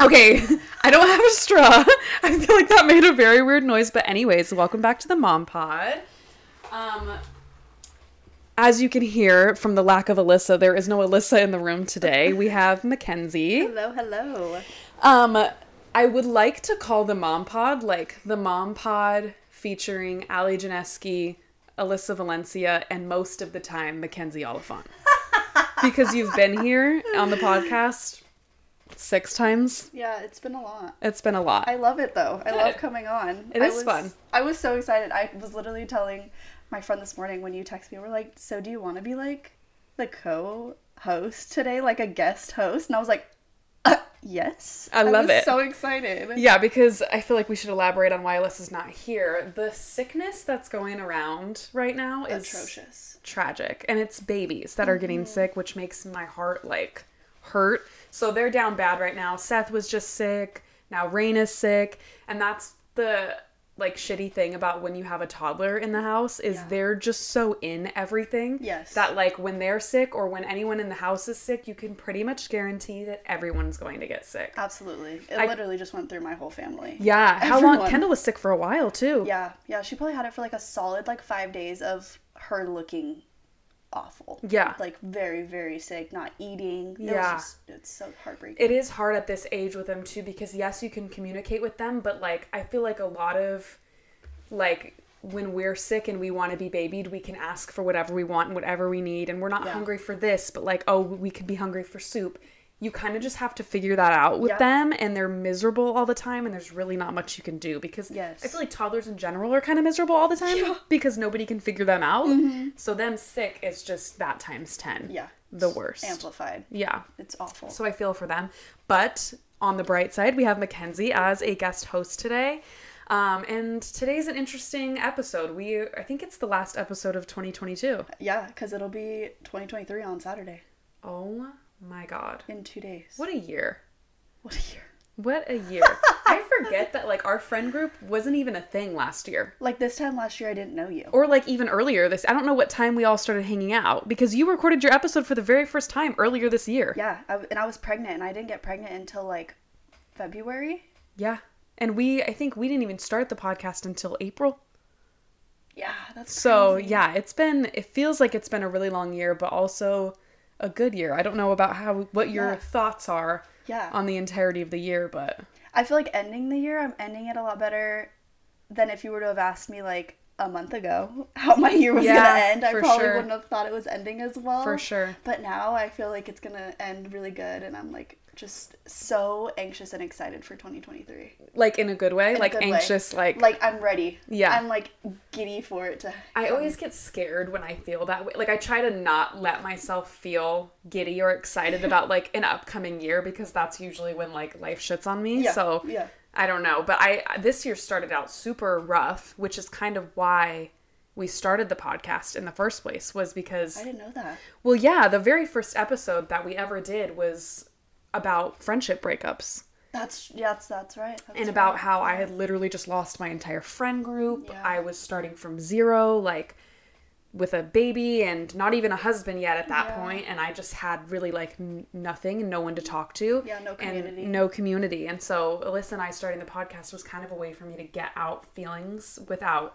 Okay, I don't have a straw. I feel like that made a very weird noise, but anyways, welcome back to the Mom Pod. Um as you can hear from the lack of Alyssa, there is no Alyssa in the room today. We have Mackenzie. Hello, hello. Um, I would like to call the Mom Pod like the Mom Pod featuring Ali Janeski, Alyssa Valencia, and most of the time Mackenzie Oliphant. because you've been here on the podcast six times. Yeah, it's been a lot. It's been a lot. I love it though. I love Good. coming on. It I is was, fun. I was so excited. I was literally telling my friend this morning when you text me, we're like, so do you want to be like the co host today, like a guest host? And I was like, uh, yes. I love was it. so excited. yeah, because I feel like we should elaborate on why Alyssa's not here. The sickness that's going around right now is Atrocious. Mm-hmm. tragic and it's babies that are getting sick which makes my heart like hurt so they're down bad right now seth was just sick now rain is sick and that's the like shitty thing about when you have a toddler in the house is Yeah. they're just so in everything Yes. that like when they're sick or when anyone in the house is sick you can pretty much guarantee that everyone's going to get sick Absolutely. It I- literally just went through my whole family. yeah how long Everyone. kendall was sick for a while too Yeah. Yeah. She probably had it for like a solid like five days of her looking awful. Yeah. Like very, very sick, not eating. It was Yeah. just- it's so heartbreaking. it is hard at this age with them too because yes you can communicate with them but like i feel like a lot of like when we're sick and we want to be babied we can ask for whatever we want and whatever we need and we're not Yeah. hungry for this but like oh we could be hungry for soup you kind of just have to figure that out with Yeah. them and they're miserable all the time and there's really not much you can do because Yes. i feel like toddlers in general are kind of miserable all the time because nobody can figure them out so them sick is just that times 10 Mm-hmm. Yeah. the worst Amplified. yeah It's awful. so I feel for them. But on the bright side, we have Mackenzie as a guest host today. Um, and today's an interesting episode. We I think it's the last episode of 2022. yeah, because it'll be 2023 on Saturday Oh my god. in two days. What a year. What a year. What a year. I forget that like our friend group wasn't even a thing last year. Like this time last year, I didn't know you. Or like even earlier this I don't know what time we all started hanging out because you recorded your episode for the very first time earlier this year. Yeah, I, and I was pregnant, and I didn't get pregnant until like February. yeah. And we I think we didn't even start the podcast until April. Yeah, that's So crazy. yeah, it's been it feels like it's been a really long year, but also a good year. I don't know about how what your Yeah. thoughts are Yeah. on the entirety of the year, but I feel like ending the year, I'm ending it a lot better than if you were to have asked me like a month ago how my year was Yeah, gonna end. I for probably sure. wouldn't have thought it was ending as well. For sure. But now I feel like it's gonna end really good, and I'm like just so anxious and excited for 2023. like in a good way, In a like good way. anxious, like Like I'm ready. Yeah. I'm like giddy for it to. I always get scared when I feel that way. Like I try to not let myself feel giddy or excited about like an upcoming year because that's usually when like life shits on me. Yeah, So yeah. I don't know, but I this year started out super rough, which is kind of why we started the podcast in the first place was because I didn't know that. Well, yeah, the very first episode that we ever did was about friendship breakups That's yeah, that's, that's right. That's and about how I had literally just lost my entire friend group. Yeah. I was starting from zero, like with a baby and not even a husband yet at that Yeah. point, and I just had really like n- nothing and no one to talk to. Yeah, no community. And no community. And so Alyssa and I starting the podcast was kind of a way for me to get out feelings without.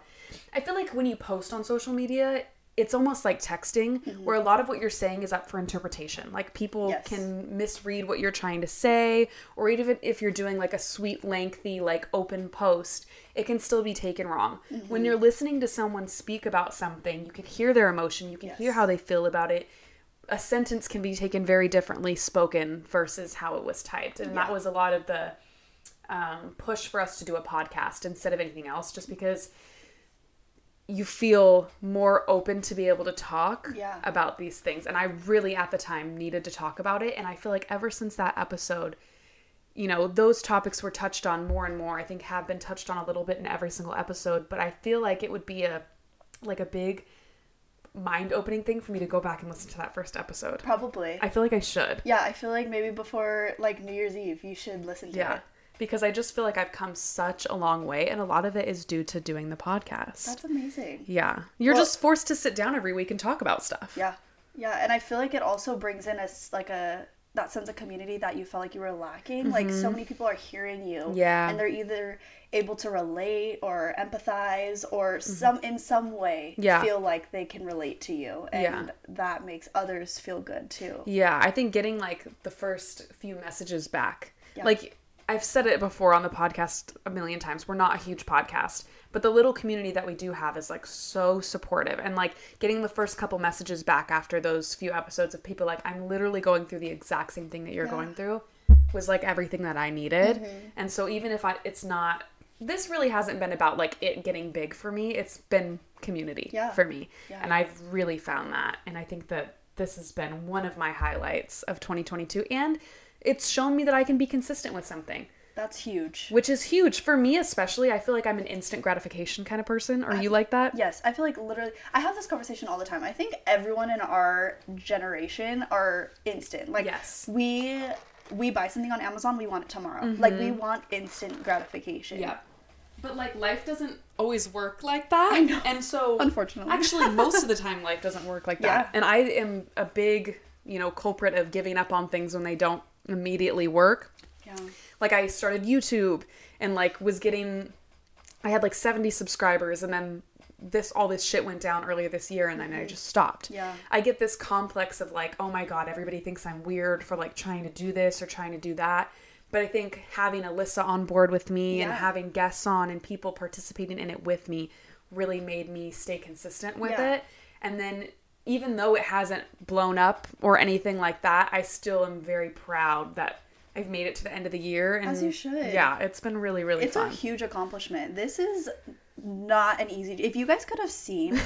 I feel like when you post on social media. It's almost like texting, where a lot of what you're saying is up for interpretation. Like people Mm-hmm. Yes. can misread what you're trying to say or even if you're doing like a sweet lengthy like open post it can still be taken wrong when you're listening to someone speak about something you can hear their emotion you can hear Yes. how they feel about it a sentence can be taken very differently spoken versus how it was typed and that was a lot of the um, push for us to do a podcast instead of anything else just because you feel more open to be able to talk Yeah. about these things. And I really, at the time, needed to talk about it. And I feel like ever since that episode, you know, those topics were touched on more and more. I think have been touched on a little bit in every single episode, but I feel like it would be a like a big mind opening thing for me to go back and listen to that first episode. probably. I feel like I should. yeah, I feel like maybe before like New Year's Eve, you should listen to Yeah. it. Because I just feel like I've come such a long way and a lot of it is due to doing the podcast. That's amazing. yeah. You're Well- just forced to sit down every week and talk about stuff. Yeah, yeah, and I feel like it also brings in a s- like a that sense of community that you felt like you were lacking. Like so many people are hearing you, Mm-hmm. Yeah. and they're either able to relate or empathize or some in some way Mm-hmm. Yeah. feel like they can relate to you, and Yeah. that makes others feel good too. Yeah, I think getting like the first few messages back. Like I've said it before on the podcast a million times. We're not a huge podcast, but the little community that we do have is like so supportive. And like getting the first couple messages back after those few episodes of people like I'm literally going through the exact same thing that you're going through was like everything that I needed. Mm-hmm. And so even if I it's not this really hasn't been about like it getting big for me. It's been community Yeah. for me. Yeah. And I've really found that. And I think that this has been one of my highlights of 2022. And it's shown me that I can be consistent with something, That's huge. which is huge for me, especially. I feel like I'm an instant gratification kind of person. Are you like that? Yes, I feel like literally I have this conversation all the time. I think everyone in our generation are instant. Like Yes. we we buy something on Amazon, we want it tomorrow. Like Mm-hmm. we want instant gratification. But like life doesn't always work like that. I know. And so Unfortunately. Actually most of the time life doesn't work like that. Yeah. And I am a big, you know, culprit of giving up on things when they don't immediately work. Yeah. like I started YouTube and like was getting I had like 70 subscribers and then this all this shit went down earlier this year and then I just stopped. Yeah. I get this complex of like, oh my god, everybody thinks I'm weird for like trying to do this or trying to do that. But I think having Alyssa on board with me and Yeah. having guests on and people participating in it with me really made me stay consistent with Yeah. it. And then even though it hasn't blown up or anything like that, I still am very proud that I've made it to the end of the year. And As you should. Yeah, it's been really, really It's fun. a huge accomplishment. This is not an easy if you guys could have seen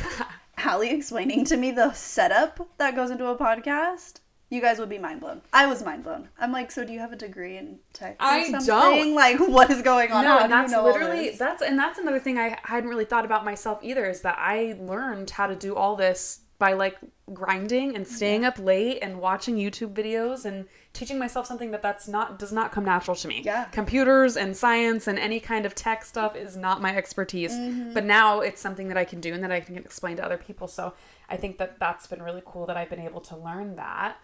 Hallie explaining to me the setup that goes into a podcast, you guys would be mind blown. I was mind blown. I'm like, so do you have a degree in tech? Or I something? don't. Like, what is going on? no, How and do you that's know all literally this? that's and that's another thing I hadn't really thought about myself either is that I learned how to do all this by like grinding and staying up late and watching YouTube videos and teaching myself something that that's not does not come natural to me. Yeah. Computers and science and any kind of tech stuff is not my expertise, but now it's something that I can do and that I can explain to other people. So I think that that's been really cool that I've been able to learn that.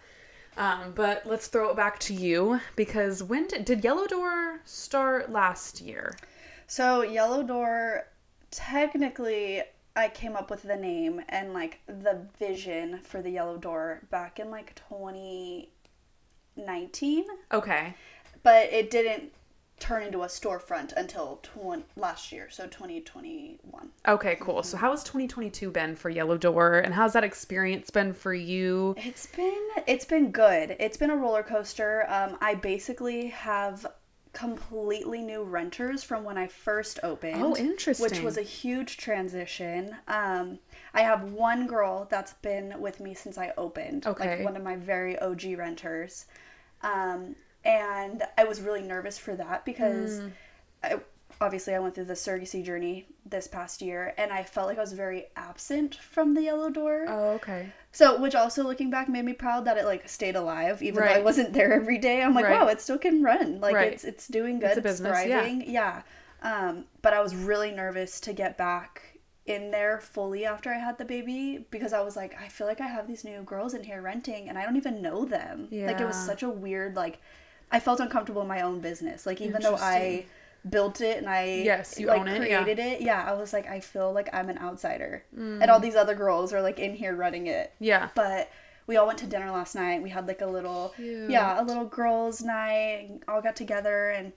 Um, but let's throw it back to you because when did, did Yellow Door start last year? So Yellow Door, technically, I came up with the name and like the vision for the Yellow Door back in like 2019, Okay. but it didn't turn into a storefront until 20, last year, so 2021. Okay, cool. So how has 2022 been for Yellow Door and how's that experience been for you? It's been it's been good. It's been a roller coaster. Um, I basically have completely new renters from when I first opened. Oh, interesting. Which was a huge transition. Um, I have one girl that's been with me since I opened. Okay. Like one of my very OG renters. Um, and I was really nervous for that because Hmm. I, obviously I went through the surrogacy journey this past year and I felt like I was very absent from the Yellow Door. Oh, okay. So, which also looking back made me proud that it like stayed alive, even though I Right. wasn't there every day. I'm like, Right. wow, it still can run. Like Right. it's it's doing good. It's, a business, yeah. thriving. Yeah. Um, but I was really nervous to get back in there fully after I had the baby because I was like, I feel like I have these new girls in here renting and I don't even know them. Like it was Yeah. such a weird like I felt uncomfortable in my own business. Like even though I built it and I Yes, you like own it, yeah. Mm. created it, yeah, I was like, I feel like I'm an outsider. And all these other girls are like in here running it Yeah. but we all went to dinner last night. We had like a little, yeah, a little girls' night. and All got together, and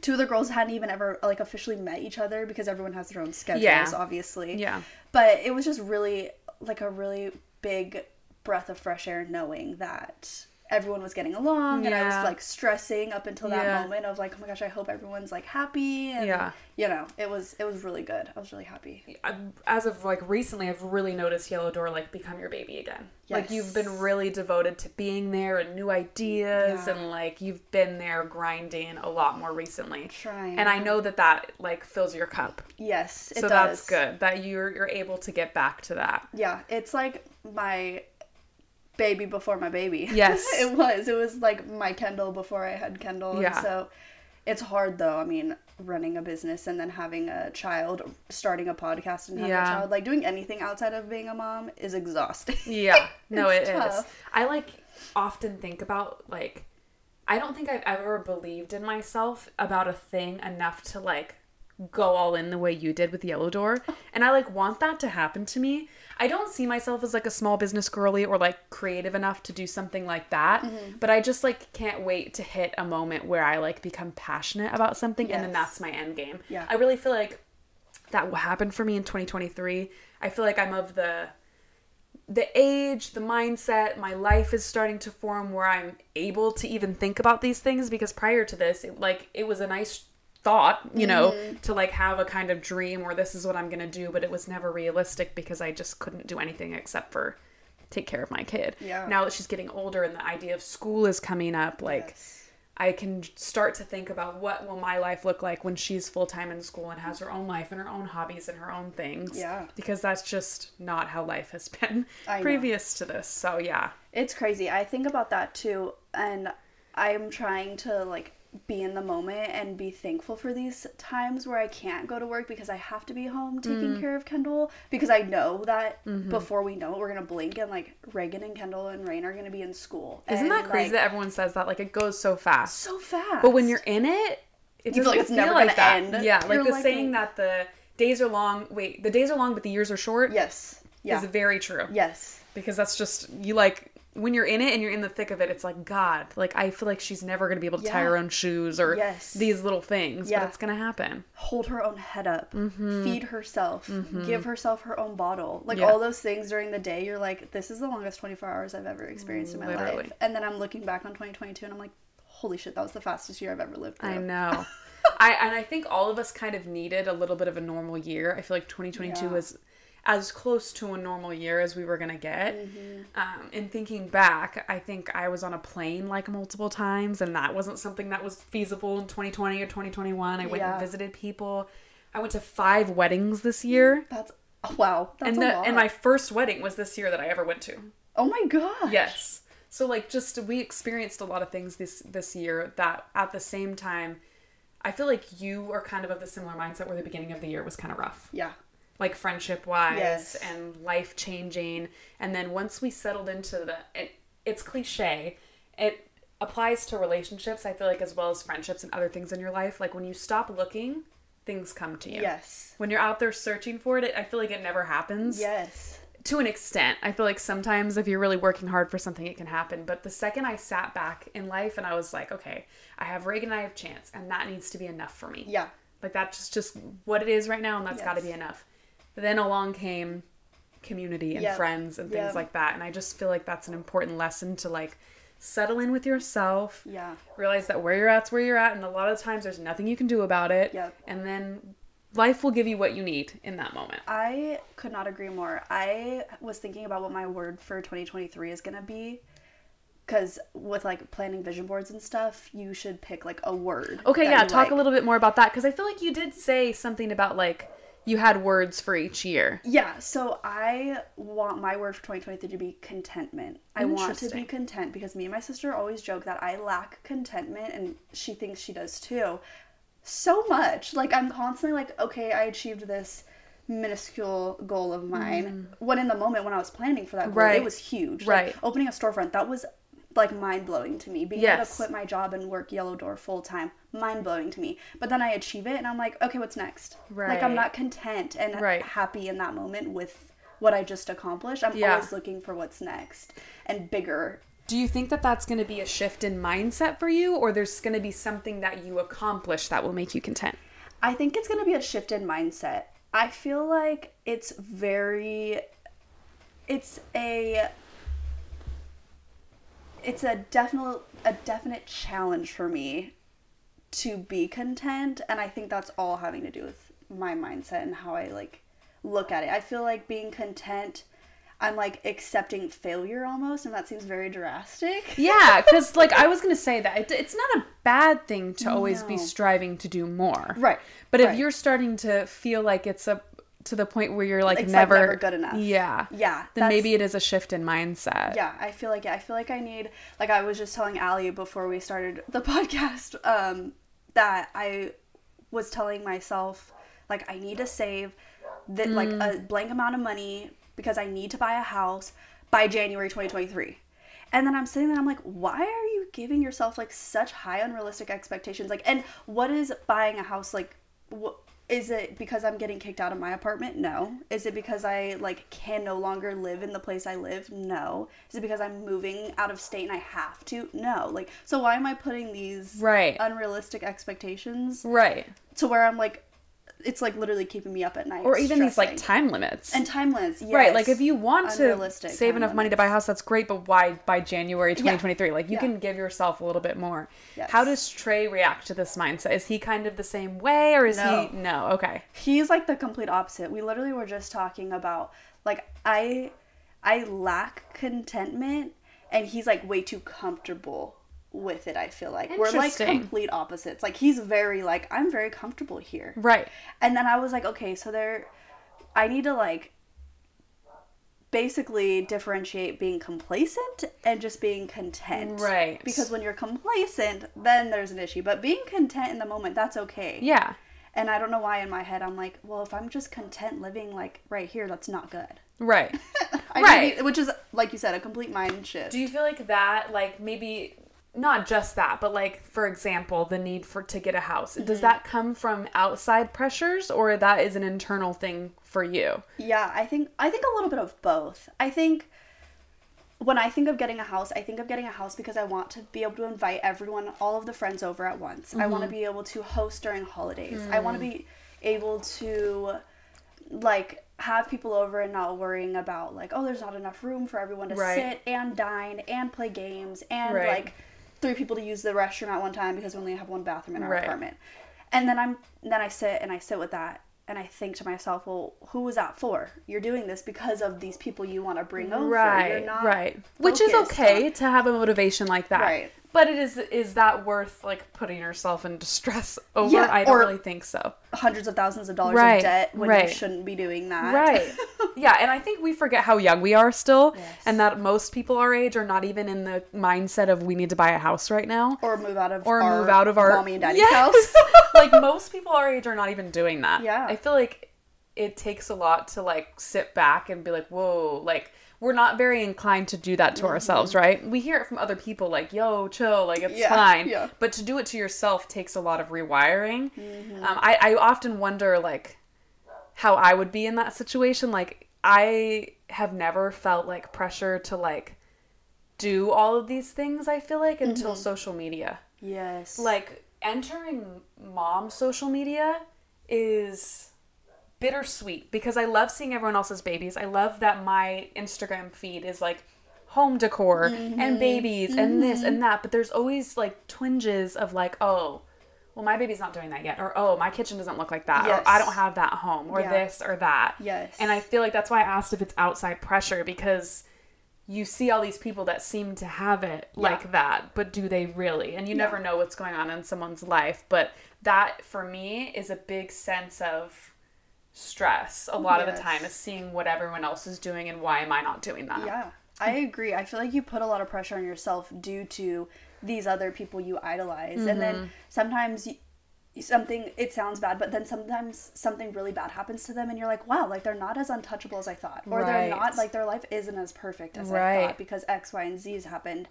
two of the girls hadn't even ever like officially met each other because everyone has their own schedules, Yeah. obviously. Yeah. But it was just really like a really big breath of fresh air knowing that everyone was getting along, and I Yeah. was like stressing up until that Yeah. moment of like, oh my gosh, I hope everyone's like happy. And, Yeah. You know, it was it was really good. I was really happy. I- as of like recently, I've really noticed Yellow Door like become your baby again. Like Yes. you've been really devoted to being there and new ideas, Yeah. and like you've been there grinding a lot more recently. Trying. And I know that that like fills your cup. Yes, it so does. that's good that you're you're able to get back to that. yeah, it's like my baby before my baby. Yes. it was. It was like my Kendall before I had Kendall. and Yeah. so It's hard though. I mean, running a business and then having a child, starting a podcast and having Yeah. a child, like doing anything outside of being a mom is exhausting. Yeah. No, It's it's tough. I like often think about like I don't think I've ever believed in myself about a thing enough to like go all in the way you did with Yellow Door. And I like want that to happen to me. I don't see myself as like a small business girly or like creative enough to do something like that. Mm-hmm. But I just like can't wait to hit a moment where I like become passionate about something and then Yes. that's my end game. Yeah. I really feel like that happened for me in 2023. I feel like I'm of the the age, the mindset, my life is starting to form where I'm able to even think about these things because prior to this, it, like it was a nice thought, you Mm-hmm. know, to like have a kind of dream or this is what I'm going to do, but it was never realistic because I just couldn't do anything except for take care of my kid. Yeah. Now that she's getting older and the idea of school is coming up, like Yes. I can start to think about what will my life look like when she's full time in school and has her own life and her own hobbies and her own things. Yeah. Because that's just not how life has been I know. previous to this. So yeah. It's crazy. I think about that too, and I'm trying to like be in the moment and be thankful for these times where I can't go to work because I have to be home taking Mm. care of Kendall because I know that Mm-hmm. before we know it we're gonna blink and like Reagan and Kendall and Rain are gonna be in school. Isn't And, that crazy like, that everyone says that? Like it goes so fast. so fast? but when you're in it, it You doesn't feel like it's never gonna that. end. Yeah, like You're the like- "Oh." saying that the days are long wait, the days are long but the years are short yes, yeah, is very true. yes, because that's just you like when you're in it and you're in the thick of it it's like god like i feel like she's never going to be able to tie Yeah. her own shoes or Yes. these little things Yeah. but it's going to happen hold her own head up, feed herself, give herself her own bottle. Like Mm-hmm. Yeah. all those things during the day, you're like, this is the longest 24 hours I've ever experienced in my life. Literally. And then I'm looking back on 2022 and I'm like, holy shit, that was the fastest year I've ever lived. i through." know i and i think all of us kind of needed a little bit of a normal year i feel like 2022 Yeah. was as close to a normal year as we were going to get Mm-hmm. um, and thinking back i think i was on a plane like multiple times and that wasn't something that was feasible in 2020 or 2021 i went Yeah. and visited people i went to five weddings this year That's oh, wow. That's and a the, lot. and my first wedding was this year that I ever went to. oh my god. Yes. So like just we experienced a lot of things this this year that at the same time I feel like you are kind of of the similar mindset where the beginning of the year was kind of rough. Yeah. Like friendship wise Yes. and life changing and then once we settled into the it, it's cliche. It applies to relationships I feel like as well as friendships and other things in your life like when you stop looking things come to you. Yes. When you're out there searching for it, it I feel like it never happens Yes. to an extent. I feel like sometimes if you're really working hard for something, it can happen. But the second I sat back in life and I was like, okay, I have Reagan, I have Chance, and that needs to be enough for me. Yeah. Like that's just, just what it is right now, and that's got to Yes. be enough. But then along came community and Yep. friends and things Yep. like that. And I just feel like that's an important lesson to like settle in with yourself, Yeah. realize that where you're at's where you're at, and a lot of times there's nothing you can do about it. Yep. And then life will give you what you need in that moment. I could not agree more. I was thinking about what my word for 2023 is going to be cuz with like planning vision boards and stuff, you should pick like a word. Okay, that yeah, you talk like. a little bit more about that because I feel like you did say something about like you had words for each year. Yeah, so I want my word for 2023 to be contentment. I want to be Interesting. content because me and my sister always joke that I lack contentment and she thinks she does too. So much. Like I'm constantly like, okay, I achieved this minuscule goal of mine. When in the moment when I was planning for that goal, it Mm. Right. was huge. Right. Like, opening a storefront, that was like mind blowing to me. Being able to Yes. quit my job and work Yellow Door full time, mind blowing to me. But then I achieve it and I'm like, okay, what's next? Like I'm Right. not content and Right. happy in that moment with what I just accomplished. I'm Yeah. always looking for what's next and bigger. Do you think that that's going to be a shift in mindset for you, or there's going to be something that you accomplish that will make you content? I think it's going to be a shift in mindset. I feel like it's very it's a it's a definite a definite challenge for me to be content and I think that's all having to do with my mindset and how I like look at it. I feel like being content I'm like accepting failure almost and that seems very drastic. Yeah, because like I was going to say that it, it's not a bad thing to always be No. striving to do more. Right, But right. if you're starting to feel like it's a to the point where you're like It's, like, never, never good enough. Yeah. Yeah, Then that's- maybe it is a shift in mindset. Yeah, I feel like I feel like I need like I was just telling Allie before we started the podcast um that I was telling myself like I need to save that like a blank amount of money because I need to buy a house by January 2023. And then I'm sitting there I'm like why are you giving yourself like such high unrealistic expectations like and what is buying a house like wh- is it because I'm getting kicked out of my apartment? No. Is it because I like can no longer live in the place I live? No. Is it because I'm moving out of state and I have to? No. Like so why am I putting these Right. unrealistic expectations Right. to where I'm like it's like literally keeping me up at night. Or even these like stressing. time limits. and time limits. Yes. Right, like if you want to Unrealistic save time enough money to buy a house, that's great, but why by January 2023? Like you Yeah. can give yourself a little bit more. Yes. How does Trey react to this mindset? Is he kind of the same way or is No. he no, okay. he's like the complete opposite. We literally were just talking about like I I lack contentment and he's like way too comfortable with it, I feel like. We're like Interesting. complete opposites. Like he's very like I'm very comfortable here. Right. And then I was like, okay, so there, I need to like basically differentiate being complacent and just being content. Right. Because when you're complacent, then there's an issue. But being content in the moment, that's okay. Yeah. And I don't know why in my head I'm like, well, if I'm just content living like right here, that's not good. Right. I Right. Need, which is, like you said, a complete mind shift. Do you feel like that like maybe not just that, but like for example, the need for to get a house. Mm-hmm. Does that come from outside pressures or that is an internal thing for you? Yeah, I think I think a little bit of both. I think when I think of getting a house, I think of getting a house because I want to be able to invite everyone, all of the friends over at once. I Mm-hmm. want to be able to host during holidays. I want to Hmm. be able to like have people over and not worrying about like oh there's not enough room for everyone to Right. sit and dine and play games and Right. like three people to use the restroom at one time because we only have one bathroom in our Right. apartment. And then I'm then I sit and I sit with that and I think to myself, well, who was that for? You're doing this because of these people you want to bring over. right You're not right which is focused okay on- to have a motivation like that Right. but it is is that worth like putting yourself into stress over Yeah, i don't or- really think so Hundreds of thousands of dollars Right, in debt when right. you shouldn't be doing that. right yeah and i think we forget how young we are still and that most people our age are not even in the mindset of we need to buy a house right now or move out of or our move out of our mommy and daddy's Yes! house. like most people our age are not even doing that. Yeah. I feel like it takes a lot to like sit back and be like, whoa, like we're not very inclined to do that to ourselves, right? We hear it from other people like, yo, chill, like it's Yeah, fine. yeah. But to do it to yourself takes a lot of rewiring. Um, I, I often wonder like how I would be in that situation. Like I have never felt like pressure to like do all of these things, I feel like, until social media yes. like entering mom social media is bittersweet because I love seeing everyone else's babies. I love that my Instagram feed is like home decor and Mm-hmm. babies and this and that, but there's always like twinges of like, oh, well, my baby's not doing that yet, or oh, my kitchen doesn't look like that, Yes. or I don't have that at home, or Yeah. this or that. Yes. And I feel like that's why I asked if it's outside pressure because you see all these people that seem to have it like that, but do they really? And you never know what's going on in someone's life. But that for me is a big sense of stress a lot of the Yes. time is seeing what everyone else is doing and why am I not doing that? Yeah, I agree. I feel like you put a lot of pressure on yourself due to these other people you idolize, and Mm-hmm. then sometimes you, something it sounds bad, but then sometimes something really bad happens to them, and you're like, wow, like they're not as untouchable as I thought, or Right. they're not like their life isn't as perfect as I Right. thought because X, Y, and Z's happened.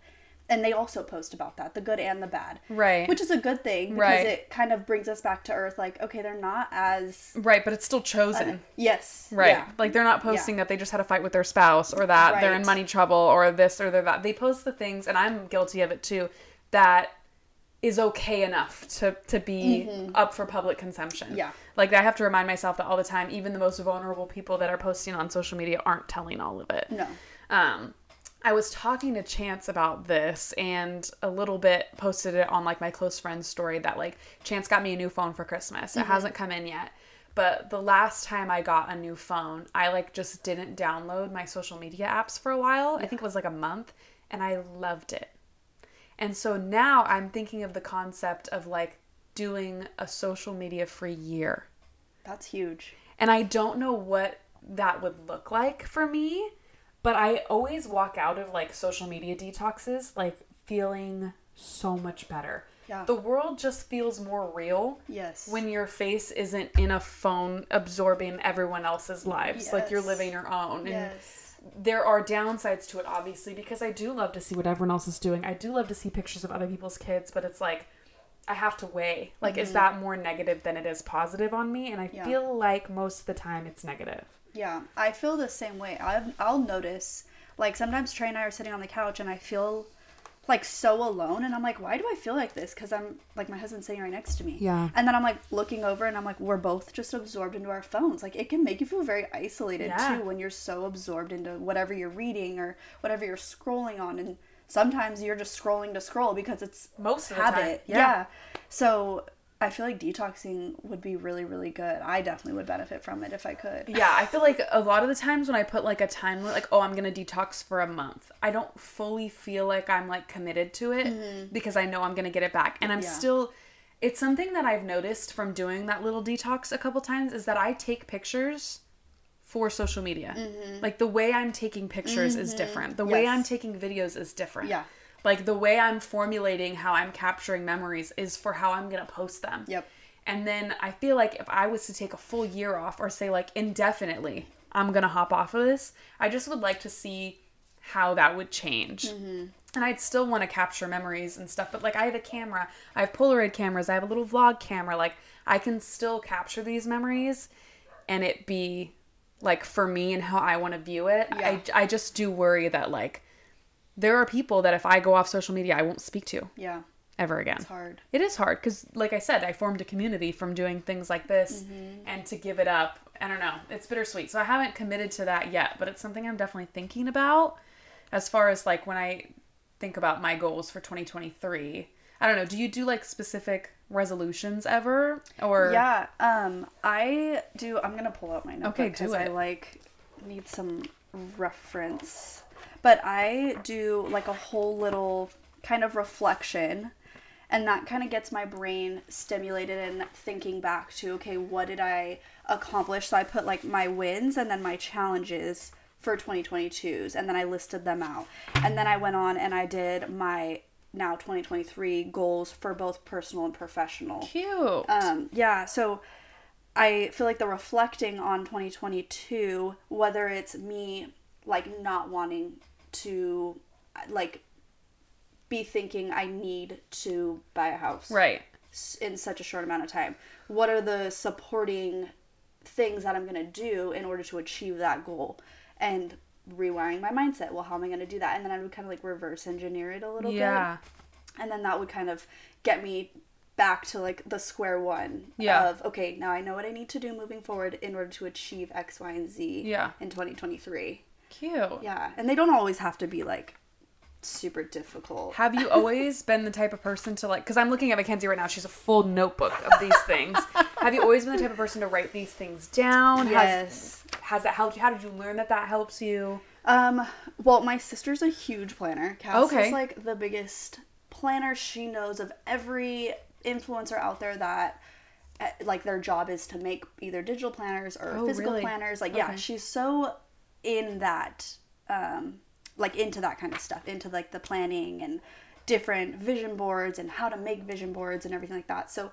And they also post about that, the good and the bad. Right. Which is a good thing because Right. it kind of brings us back to earth like, okay, they're not as. Right, but it's still chosen. Yes. Right. yeah. Like they're not posting that they just had a fight with their spouse or that they're in Right. money trouble or this or they're that. They post the things and I'm guilty of it too that is okay enough to to be up for public consumption. Mm-hmm. Yeah. Like I have to remind myself that all the time even the most vulnerable people that are posting on social media aren't telling all of it. No. Um I was talking to Chance about this and a little bit posted it on like my close friend's story that like Chance got me a new phone for Christmas. It hasn't come in yet. But the last time I got a new phone, I like just didn't download my social media apps for a while. I think it was like a month and I loved it. And so now I'm thinking of the concept of like doing a social media free year. That's huge. And I don't know what that would look like for me, but I always walk out of like social media detoxes like feeling so much better. Yeah. The world just feels more real Yes. when your face isn't in a phone absorbing everyone else's lives. Like you're Yes. living your own. And yes. there are downsides to it, obviously, because I do love to see what everyone else is doing. I do love to see pictures of other people's kids, but it's like I have to weigh. Like, is that more negative than it is positive on me? And I Yeah. feel like most of the time it's negative. Yeah, I feel the same way. I've, I'll notice, like, sometimes Trey and I are sitting on the couch and I feel, like, so alone. And I'm like, why do I feel like this? Because I'm, like, my husband's sitting right next to me. Yeah. And then I'm, like, looking over and I'm like, we're both just absorbed into our phones. Like, it can make you feel very isolated, Yeah. too, when you're so absorbed into whatever you're reading or whatever you're scrolling on. And sometimes you're just scrolling to scroll because it's Most of the habit. time, yeah. Yeah. So. I feel like detoxing would be really, really good. I definitely would benefit from it if I could. Yeah, I feel like a lot of the times when I put like a time limit, like, oh, I'm gonna detox for a month, I don't fully feel like I'm like committed to it because I know I'm gonna get it back. And I'm Mm-hmm. Yeah. still, it's something that I've noticed from doing that little detox a couple times is that I take pictures for social media. Like the way I'm taking pictures is different, the way Mm-hmm. Yes. I'm taking videos is different. Yeah. Like the way I'm formulating how I'm capturing memories is for how I'm gonna post them. Yep. And then I feel like if I was to take a full year off or say like indefinitely, I'm going to hop off of this, I just would like to see how that would change. Mm-hmm. And I'd still want to capture memories and stuff, but like I have a camera, I have Polaroid cameras, I have a little vlog camera. Like I can still capture these memories and it be like for me and how I want to view it. Yeah. I, I just do worry that like there are people that if I go off social media, I won't speak to Yeah, ever again. it's hard. It is hard because, like I said, I formed a community from doing things like this, Mm-hmm. and to give it up, I don't know. It's bittersweet. So I haven't committed to that yet, but it's something I'm definitely thinking about. As far as like when I think about my goals for 2023, I don't know. Do you do like specific resolutions ever, or Yeah. Um, I do. I'm gonna pull out my notebook Okay, do I it. like need some reference. But I do like a whole little kind of reflection, and that kind of gets my brain stimulated and thinking back to okay, what did I accomplish? So I put like my wins and then my challenges for 2022s, and then I listed them out, and then I went on and I did my now 2023 goals for both personal and professional cute? um, yeah so i feel like the reflecting on 2022 whether it's me like not wanting to like be thinking i need to buy a house right. s- in such a short amount of time what are the supporting things that i'm going to do in order to achieve that goal and rewiring my mindset well how am i going to do that and then i would kind of like reverse engineer it a little bit Yeah. and then that would kind of get me back to like the square one Yeah. of okay now i know what i need to do moving forward in order to achieve x y and z Yeah. in 2023 Cute. yeah and they don't always have to be like super difficult Have you always been the type of person to like? Because I'm looking at Mackenzie right now. She's a full notebook of these things. Have you always been the type of person to write these things down? Yes. Has, has that helped you? How did you learn that that helps you? um well my sister's a huge planner Cass Okay. is like the biggest planner she knows of every influencer out there that eh, like their job is to make either digital planners or Oh, physical really? planners like yeah Okay. she's so in that um like into that kind of stuff into like the planning and different vision boards and how to make vision boards and everything like that so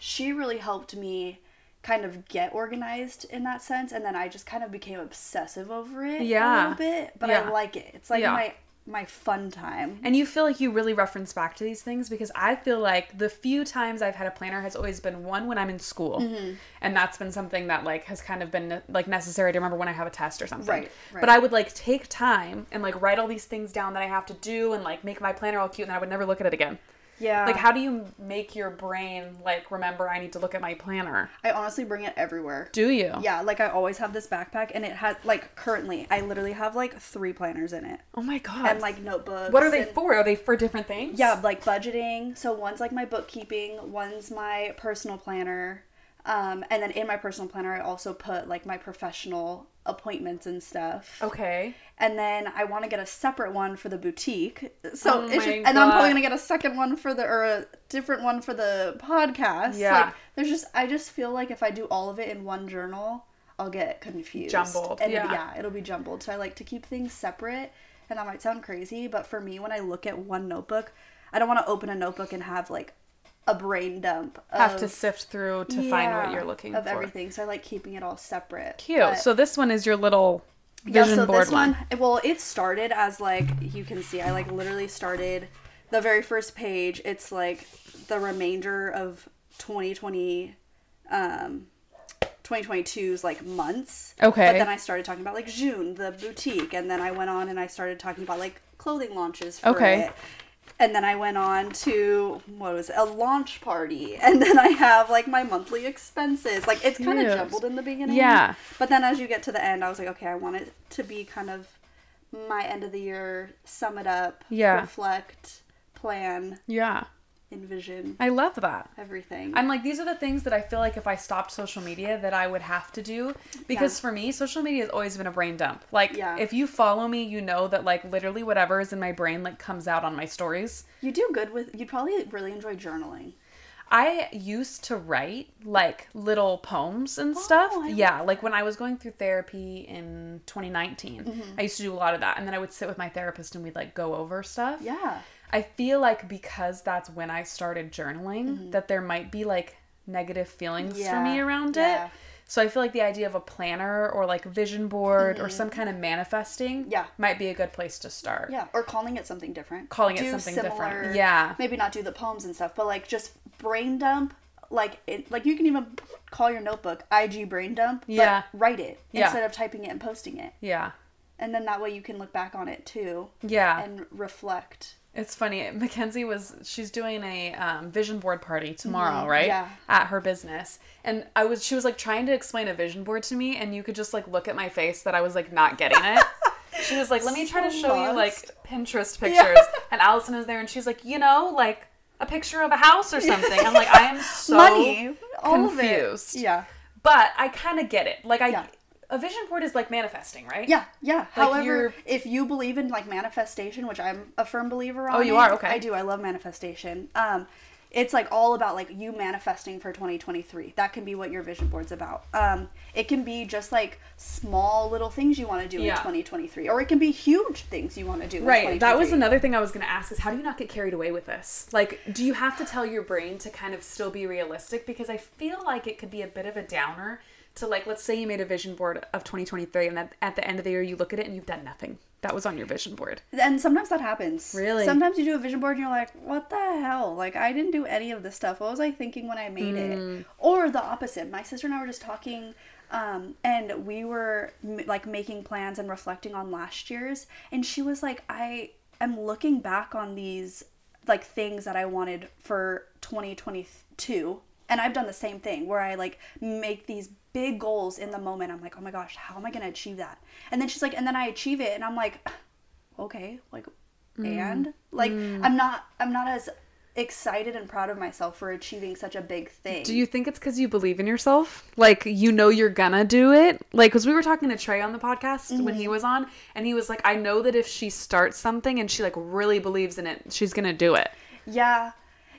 she really helped me kind of get organized in that sense and then i just kind of became obsessive over it Yeah. a little bit but Yeah. i like it it's like Yeah. my my fun time And you feel like you really reference back to these things because I feel like the few times I've had a planner has always been one when I'm in school, Mm-hmm. and that's been something that like has kind of been like necessary to remember when I have a test or something. Right, But right. I would like take time and like write all these things down that I have to do and like make my planner all cute, and then I would never look at it again. yeah Like, how do you make your brain like remember I need to look at my planner? i honestly bring it everywhere Do you? yeah like i always have this backpack and it has like currently i literally have like three planners in it Oh my god. and like notebooks what are they and- for? Are they for different things? Yeah, like budgeting. So one's like my bookkeeping, one's my personal planner. Um, and then in my personal planner, I also put like my professional appointments and stuff. Okay. And then I want to get a separate one for the boutique. So Oh it's just, my and then I'm God. probably gonna get a second one for the or a different one for the podcast. Yeah. Like there's just I just feel like if I do all of it in one journal, I'll get confused. Jumbled, And yeah. It'll, yeah, it'll be jumbled. So I like to keep things separate. And that might sound crazy, but for me, when I look at one notebook, I don't want to open a notebook and have like a brain dump. Of, have to sift through to find what yeah, you're looking of for. everything. So I like keeping it all separate. Cute. But- so this one is your little vision board this one. Well, it started as like you can see. I like literally started the very first page. It's like the remainder of 2020, um, 2022's like months. Okay. But then I started talking about like June, the boutique, and then I went on and I started talking about like clothing launches. For Okay. It. And then I went on to what was it, a launch party, and then I have like my monthly expenses. Like it's kind Cute. of jumbled in the beginning beginning. Yeah. But then as you get to the end, I was like, okay, I want it to be kind of my end of the year, sum it up, Yeah. reflect, plan, Yeah. envision I love that. everything. I'm like, these are the things that I feel like if I stopped social media that I would have to do. Because for me, social media has always been a brain dump. Like Yeah. if you follow me, you know that like literally whatever is in my brain like comes out on my stories. you do good with. You'd probably really enjoy journaling. I used to write like little poems and stuff. Oh, I yeah, like when I was going through therapy in 2019, Mm-hmm. I used to do a lot of that. And then I would sit with my therapist and we'd like go over stuff. Yeah. I feel like because that's when I started journaling, that there might be like negative feelings for me Mm-hmm. Yeah, around yeah. it. So I feel like the idea of a planner or like vision board or some kind of manifesting Mm-hmm. Yeah. might be a good place to start. Yeah. Or calling it something different. Calling it Do something different. Yeah. Maybe not do the poems and stuff, but like just brain dump. Like it, like you can even call your notebook IG brain dump. but Yeah. write it Yeah. instead of typing it and posting it, Yeah. and then that way you can look back on it too Yeah. and reflect. It's funny. Mackenzie was she's doing a um, vision board party tomorrow, right? Mm-hmm. yeah. At her business, and I was she was like trying to explain a vision board to me, and you could just like look at my face that I was like not getting it. she was like, "Let me try to So show you like lost. Pinterest pictures," and Allison is there, and she's like, "You know, like a picture of a house or something." I'm like, "I am so money, all confused." of it. Yeah, but I kind of get it. Like I, Yeah. a vision board is like manifesting, right? yeah, yeah. However, you're- if you believe in like manifestation, which I'm a firm believer on, Oh, you it, are? Okay. I do. I love manifestation. Um, it's like all about like you manifesting for 2023. That can be what your vision board's about. Um, it can be just like small little things you want to do Yeah. in 2023, or it can be huge things you want to do. Right. in That 2023. was another thing I was going to ask is how do you not get carried away with this? Like, do you have to tell your brain to kind of still be realistic? Because I feel like it could be a bit of a downer to, like, let's say you made a vision board of 2023 and then at the end of the year you look at it and you've done nothing. That was on your vision board. And sometimes that happens. Really? Sometimes you do a vision board and you're like, what the hell? Like, I didn't do any of this stuff. What was I thinking when I made it? Or the opposite. My sister and I were just talking, um, and we were m- like making plans and reflecting on last year's. And she was like, I am looking back on these like things that I wanted for 2022. And I've done the same thing where I like make these big goals in the moment. I'm like, oh my gosh, how am I going to achieve that? And then she's like, and then I achieve it. And I'm like, okay like Mm. and like i'm not i'm not as excited and proud of myself for achieving such a big thing Do you think it's because you believe in yourself? Like, you know you're gonna do it? Like, because we were talking to Trey on the podcast when he was on, and he was like, I know that if she starts something and she, like, really believes in it, she's gonna do it. yeah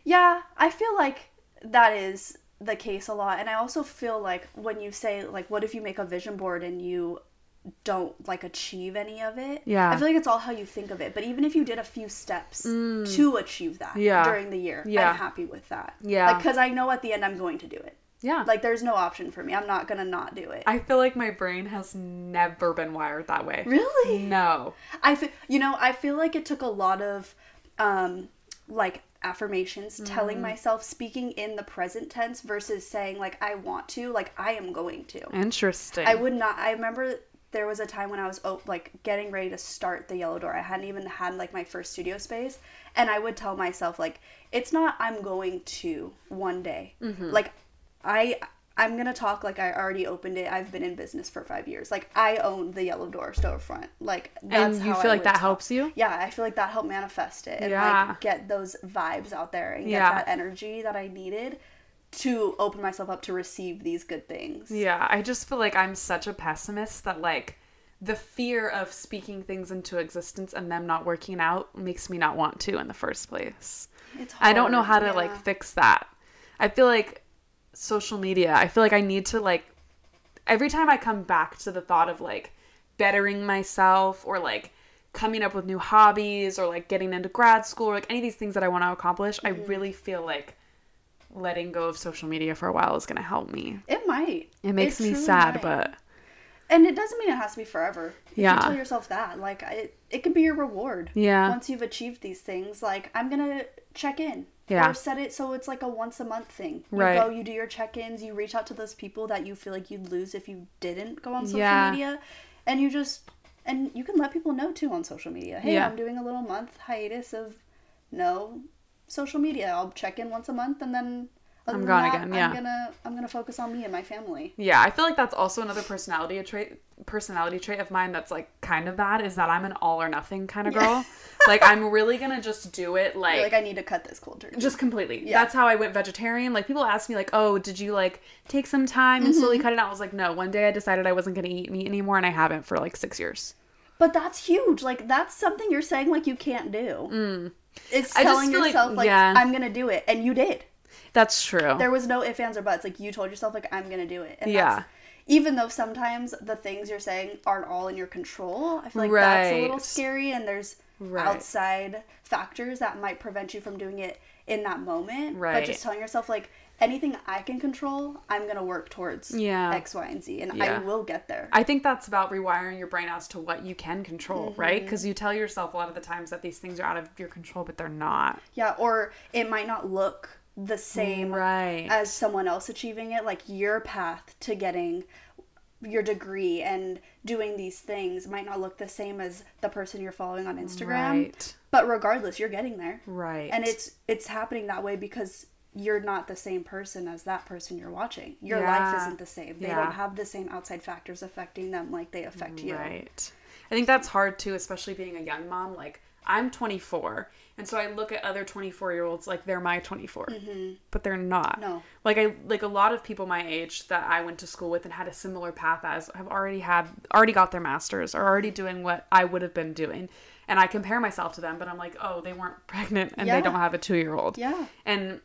yeah i feel like that is the case a lot and i also feel like when you say like what if you make a vision board and you don't like achieve any of it Yeah. i feel like it's all how you think of it but even if you did a few steps to achieve that Mm. Yeah. during the year Yeah. i'm happy with that Yeah. because i know at the end i'm going to do it Yeah. like there's no option for me i'm not gonna not do it I feel like my brain has never been wired that way. really No. I feel, you know, I feel like it took a lot of, um, like affirmations, telling myself, speaking in the present tense versus saying like I want to, like I am going to. Interesting. I would not. I remember there was a time when I was oh, like getting ready to start the Yellow Door. I hadn't even had like my first studio space, and I would tell myself like, it's not I'm going to one day. Mm-hmm. Like, I I'm gonna talk like I already opened it. I've been in business for five years. Like I own the Yellow Door storefront. Like and that's you how feel I like would that talk. helps you? Yeah, I feel like that helped manifest it and Yeah. like get those vibes out there and get Yeah. that energy that I needed to open myself up to receive these good things. Yeah, I just feel like I'm such a pessimist that like the fear of speaking things into existence and them not working out makes me not want to in the first place. It's I don't know hard, how to yeah. like fix that. I feel like social media, I feel like I need to like every time I come back to the thought of like bettering myself or like coming up with new Mm-hmm. hobbies or like getting into grad school or like any of these things that I want to accomplish, I really feel like letting go of social media for a while is going to help me. It might. It makes me truly sad, might. but and it doesn't mean it has to be foforever. If Yeah. You tell yourself that. Like it it can be your reward. Yeah. Once you've achieved these things, like I'm gonna check in. Yeah. Or set it so it's like a once a month thing. You Right. go, you do your check ins, you reach out to those people that you feel like you'd lose if you didn't go on social Yeah. media. And you just and you can let people know too on social media. Hey, Yeah. I'm doing a little month hiatus of no social media. I'll check in once a month and then other I'm than gone that, again, yeah. I'm gonna I'm gonna focus on me and my family. yeah, I feel like that's also another personality a trait personality trait of mine that's like kind of bad is that I'm an all or nothing kind of girl. like I'm really going to just do it You're like like I need to cut this cold turkey. just completely. Yeah. That's how I went vegetarian. Like people ask me like, "Oh, did you like take some time and Mm-hmm. slowly cut it out?" I was like, "No, one day I decided I wasn't going to eat meat anymore and I haven't for like 6 years." But that's huge. Like that's something you're saying like you can't do. It's Mm. I just telling feel like- yourself like, yeah. I'm gonna do it, and you did. That's true. There was no ifs, ands, or buts. Like you told yourself like I'm gonna do it. And Yeah. That's, even though sometimes the things you're saying aren't all in your control, I feel like that's a little Right. scary, and there's Right. outside factors that might prevent you from doing it in that moment. Right. But just telling yourself like anything I can control, I'm gonna work towards. Yeah. X, Y, and Z, and Yeah. I will get there. I think that's about rewiring your brain as to what you can control, right? Mm-hmm. Because you tell yourself a lot of the times that these things are out of your control, but they're not. Yeah, or it might not look the same Right. as someone else achieving it. Like your path to getting your degree and doing these things might not look the same as the person you're following on Instagram. Right. But regardless, you're getting there. Right. And it's it's happening that way because you're not the same person as that person you're watching. Your life Yeah. isn't the same. They Yeah. don't have the same outside factors affecting them like they affect you. Right. I think that's hard too, especially being a young mom. Like, I'm 24. And so I look at other 24 year olds like they're my 24, but they're not. Mm-hmm. No. Like, I, like a lot of people my age that I went to school with and had a similar path as have already had, already got their master's or already doing what I would have been doing. And I compare myself to them, but I'm like, oh, they weren't pregnant and Yeah. they don't have a two year old. Yeah. And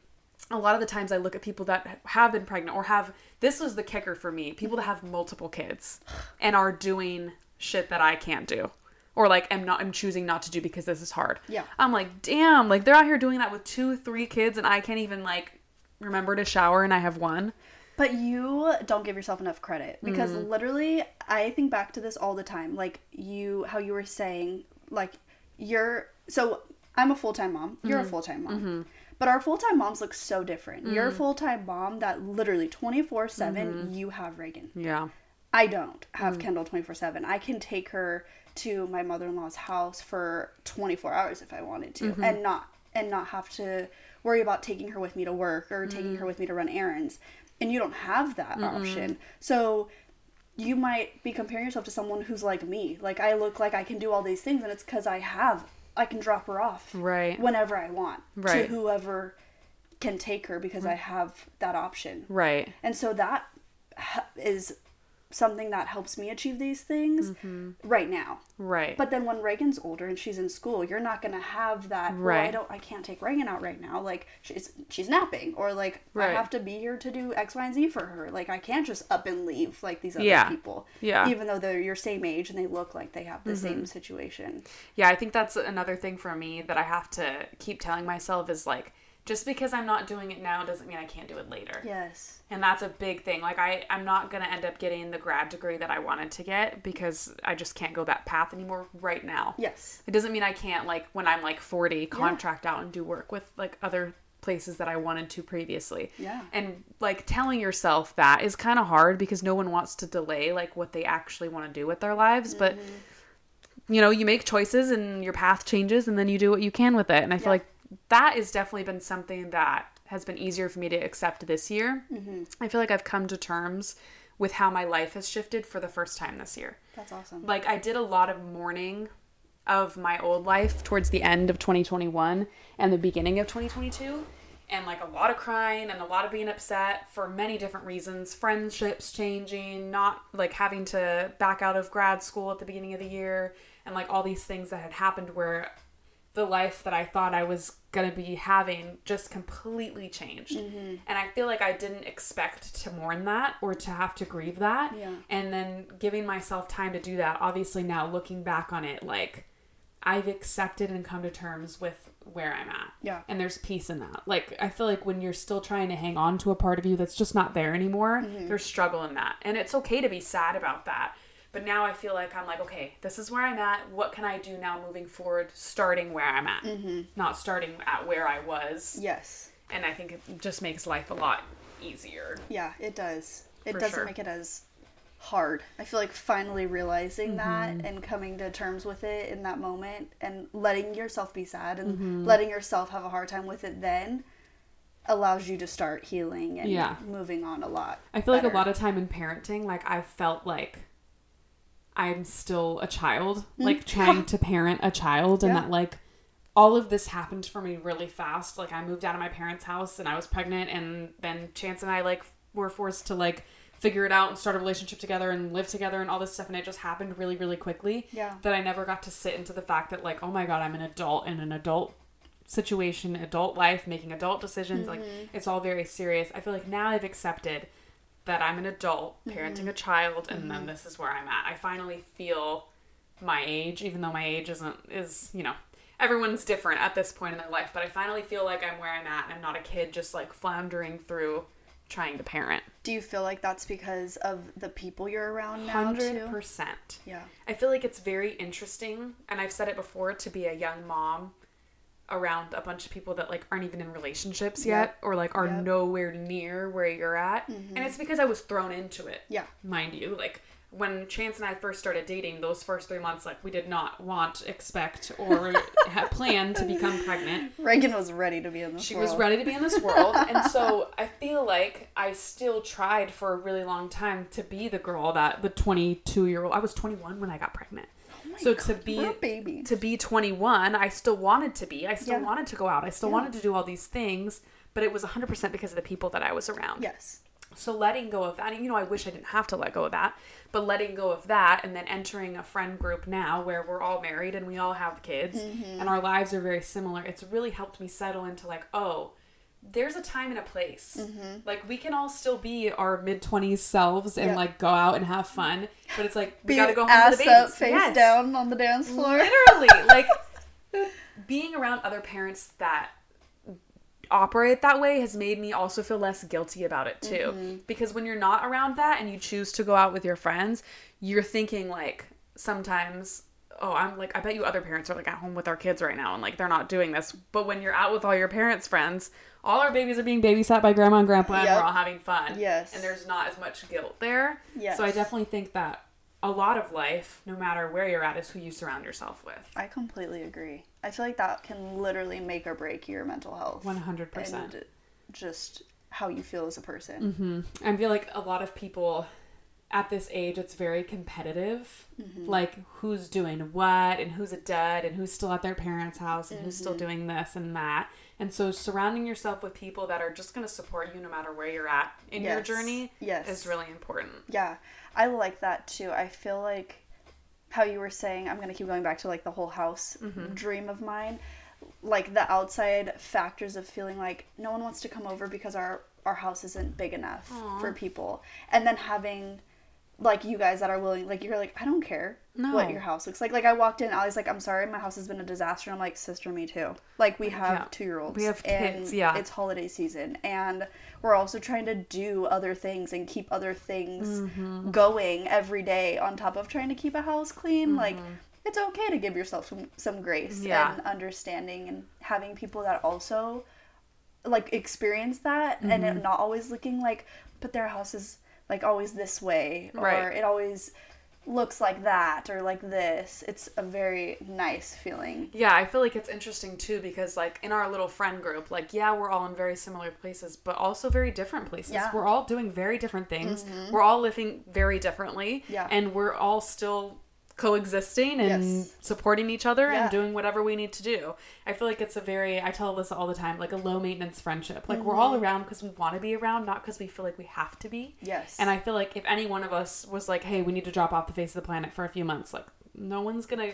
a lot of the times I look at people that have been pregnant or have this was the kicker for me people that have multiple kids and are doing shit that I can't do or like am not I'm choosing not to do because this is hard. Yeah. I'm like, damn, like they're out here doing that with two, three kids and I can't even like remember to shower and I have one. But you don't give yourself enough credit because literally I think back to this all the time. Like you how you were saying like you're so I'm a full-time mom. You're a full-time mom. But our full-time moms look so different. You're a full-time mom that literally 24/7 you have Reagan. Yeah. I don't Mm. have Kendall 24 7. I can take her to my mother in law's house for 24 hours if I wanted to Mm-hmm. and not and not have to worry about taking her with me to work or taking Mm. her with me to run errands. And you don't have that option. So you might be comparing yourself to someone who's like me. Like I look like I can do all these things and it's cuz I have I can drop her off Right. whenever I want Right. Mm. to whoever can take her because I have that option. Right. And so that he- is something that helps me achieve these things Mm-hmm. right now. Right. But then when Reagan's older and she's in school, you're not going to have that. Well, I Right. don't. I can't take Reagan out right now. Like she's she's napping, or like I Right. have to be here to do X, Y, and Z for her. Like I can't just up and leave like these other Yeah. people. Yeah. Mm-hmm. Even though they're your same age and they look like they have the same situation. Yeah, I think that's another thing for me that I have to keep telling myself is like just because I'm not doing it now doesn't mean I can't do it later. Yes. and that's a big thing like I, i'm not going to end up getting the grad degree that i wanted to get because i just can't go that path anymore right now Yes. it doesn't mean i can't like when i'm like 40 contract out and do work with like other places that i wanted to previously Yeah. and like telling yourself that is kind of hard because no one wants to delay like what they actually want to do with their lives but Mm-hmm. you know you make choices and your path changes and then you do what you can with it and i feel Yeah. like that has definitely been something that has been easier for me to accept this year Mm-hmm. i feel like i've come to terms with how my life has shifted for the first time this year That's awesome. like I did a lot of mourning of my old life towards the end of 2021 and the beginning of 2022 and like a lot of crying and a lot of being upset for many different reasons friendships changing not like having to back out of grad school at the beginning of the year and like all these things that had happened where the life that I thought I was going to be having just completely changed. Mm-hmm. And I feel like I didn't expect to mourn that or to have to grieve that. Yeah. And then giving myself time to do that, obviously now looking back on it, like I've accepted and come to terms with where I'm at. Yeah. And there's peace in that. Like I feel like when you're still trying to hang on to a part of you that's just not there anymore, there's struggle in that. And it's okay to be sad about that. But now I feel like I'm like, okay, this is where I'm at. What can I do now moving forward, starting where I'm at? Not starting at where I was. Yes. And I think it just makes life a lot easier. Yeah, it does. It For doesn't sure. make it as hard. I feel like finally realizing Mm-hmm. that and coming to terms with it in that moment and letting yourself be sad and Mm-hmm. letting yourself have a hard time with it then allows you to start healing and Yeah. moving on a lot. I feel like a lot of time in parenting, like I felt like I'm still a child, like trying to parent a child, and Mm-hmm. Yeah. that like all of this happened for me really fast. Like I moved out of my parents' house and I was pregnant, and then Chance and I like were forced to like figure it out and start a relationship together and live together and all this stuff and it just happened really really quickly Yeah. that i never got to sit into the fact that like oh my god i'm an adult in an adult situation adult life making adult decisions like it's all very serious i feel like now i've accepted that I'm an adult parenting a child and then this is where I'm at. I finally feel my age, even though my age isn't is, you know, everyone's different at this point in their life, but I finally feel like I'm where I'm at and I'm not a kid just like floundering through trying to parent. Do you feel like that's because of the people you're around now Hundred too? percent. Yeah. I feel like it's very interesting, and I've said it before, to be a young mom around a bunch of people that like aren't even in relationships yet Yep. or like are Yep. Mm-hmm. nowhere near where you're at. And it's because I was thrown into it. Yeah. Mind you, like when Chance and I first started dating, those first three months, like we did not want, expect, or ha- plan to become pregnant Reagan was ready to be in this she world. was ready to be in this world and so i feel like i still tried for a really long time to be the girl that the 22 year old i was 21 when i got pregnant Oh so to We're be a baby. to be 21 i still wanted to be i still Yeah. wanted to go out i still wanted to do all these things but it was 100% because of the people that i was around yes. so letting go of that, and you know, I wish I didn't have to let go of that, but letting go of that and then entering a friend group now where we're all married and we all have kids Mm-hmm. and our lives are very similar, it's really helped me settle into like, oh, there's a time and a place. Mm-hmm. Like we can all still be our mid twenties selves and Yeah. like go out and have fun, but it's like we Be gotta go home to ass the babies. up, face Yes down on the dance floor. literally like being around other parents that operate that way has made me also feel less guilty about it too Mm-hmm. because when you're not around that and you choose to go out with your friends you're thinking like sometimes oh i'm like i bet you other parents are like at home with our kids right now and like they're not doing this but when you're out with all your parents friends all our babies are being babysat by grandma and grandpa and Yep. we're all having fun Yes. and there's not as much guilt there Yes. so i definitely think that a lot of life no matter where you're at is who you surround yourself with I completely agree. I feel like that can literally make or break your mental health. 100%. And just how you feel as a Mm-hmm. person. I feel like a lot of people at this age, it's very competitive. Mm-hmm. Like who's doing what and who's a dud and who's still at their parents' house and who's Mm-hmm. still doing this and that. And so surrounding yourself with people that are just going to support you no matter where you're at in your Yes. journey Yes. is really important. Yeah. I like that too. I feel like how you were saying, I'm going to keep going back to like the whole house Mm-hmm. dream of mine. Like the outside factors of feeling like no one wants to come over because our our house isn't big enough for people. And then having like you guys that are willing like you're like I don't care No. what your house looks like. Like I walked in, Ali's like I'm sorry my house has been a disaster. And I'm like sister me too. Like we have Yeah. 2-year-olds. We have and kids, yeah. It's holiday season and we're also trying to do other things and keep other things Mm-hmm. going every day on top of trying to keep a house clean like it's okay to give yourself some, some grace Mm-hmm. Yeah. and understanding and having people that also like experience that and Mm-hmm. it not always looking like but their house is like always this way or Right. it always looks like that or like this it's a very nice feeling Yeah, I feel like it's interesting too because like in our little friend group, like yeah, we're all in very similar places, but also very different places. Yeah. Mm-hmm. We're all doing very different things. We're all living very differently. Yeah. And we're all still coexisting and Yes. supporting each other Yeah. and doing whatever we need to do. I feel like it's a very I tell Alyssa all the time, like a low maintenance friendship. Like we're Mm-hmm. all around because we want to be around, not because we feel like we have to be. Yes. And I feel like if any one of us was like, "Hey, we need to drop off the face of the planet for a few months," like no one's gonna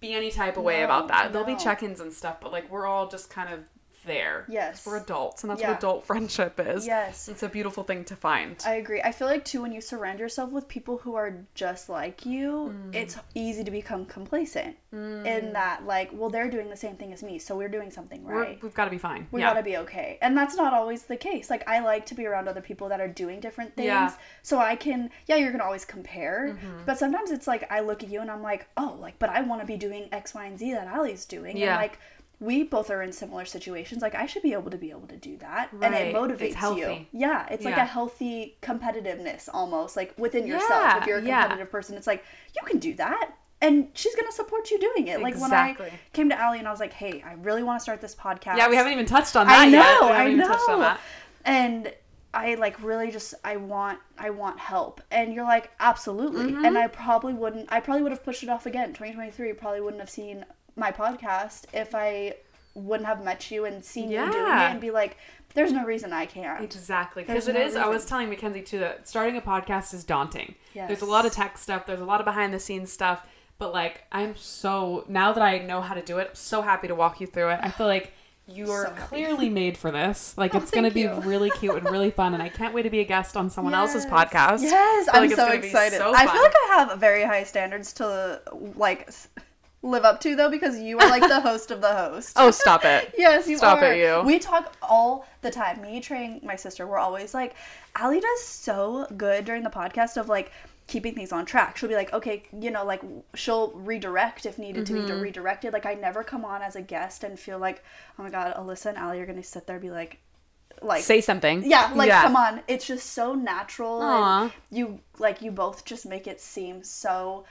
be any type of way No, about that. There'll be no. check-ins and stuff, but like we're all just kind of there. Yes. 'Cause We're adults, and that's Yeah. what adult friendship is. Yes. It's a beautiful thing to find. I agree. I feel like too when you surround yourself with people who are just like you, it's easy to become complacent. In that, like, well, they're doing the same thing as me, so we're doing something We're, right. we've got to be fine. we yeah. gotta be okay, and that's not always the case. Like, I like to be around other people that are doing different things, Yeah. Mm-hmm. so I can. Yeah, you're gonna always compare, but sometimes it's like I look at you and I'm like, oh, like, but I want to be doing X, Y, and Z that Ali's doing, Yeah. and like. We both are in similar situations. Like I should be able to be able to do that, and Right. it It's motivates you. healthy. Yeah, it's like Yeah. a healthy competitiveness almost, like within yourself. Yeah, If you're a yeah. competitive person, it's like you can do that, and she's gonna support you doing it. Like when Exactly. I came to Allie and I was like, "Hey, I really want to start this podcast." yeah, we haven't even touched on that I know, yet. We haven't I even touched on know. that. And I like really just I want I want help, and you're like, absolutely. Mm-hmm. And I probably wouldn't. I probably would have pushed it off again. 2023 probably wouldn't have seen my podcast if I wouldn't have met you and seen you doing it Yeah. and be like, "There's no reason I can't." Exactly, There's because it no is. I was reason. telling Mackenzie too that starting a podcast is daunting. There's a Yes. lot of tech stuff. There's a lot of behind the scenes stuff. But like, I'm so now that I know how to do it, I'm so happy to walk you through it. I feel like you are happy. clearly made for this. Like, Oh, it's gonna thank be you. really cute and really fun, and I can't wait to be a guest on someone else's Yes. podcast. Yes, I feel I'm like it's so gonna be excited. so I feel fun. like I have very high standards to like s- live up to though because you are like the host of the host. Oh, stop it. Yes, you Stop it, are. you. We talk all the time. Me, Trey, and my sister, we're always like, Allie does so good during the podcast of like keeping things on track. She'll be like, okay, you know, like she'll redirect if needed to Mm-hmm. be redirected. Like I never come on as a guest and feel like, oh my god, Alyssa and Allie are gonna sit there and be like, like Say something. yeah, like come on. It's just so natural. Aw. And you like you both just make it seem so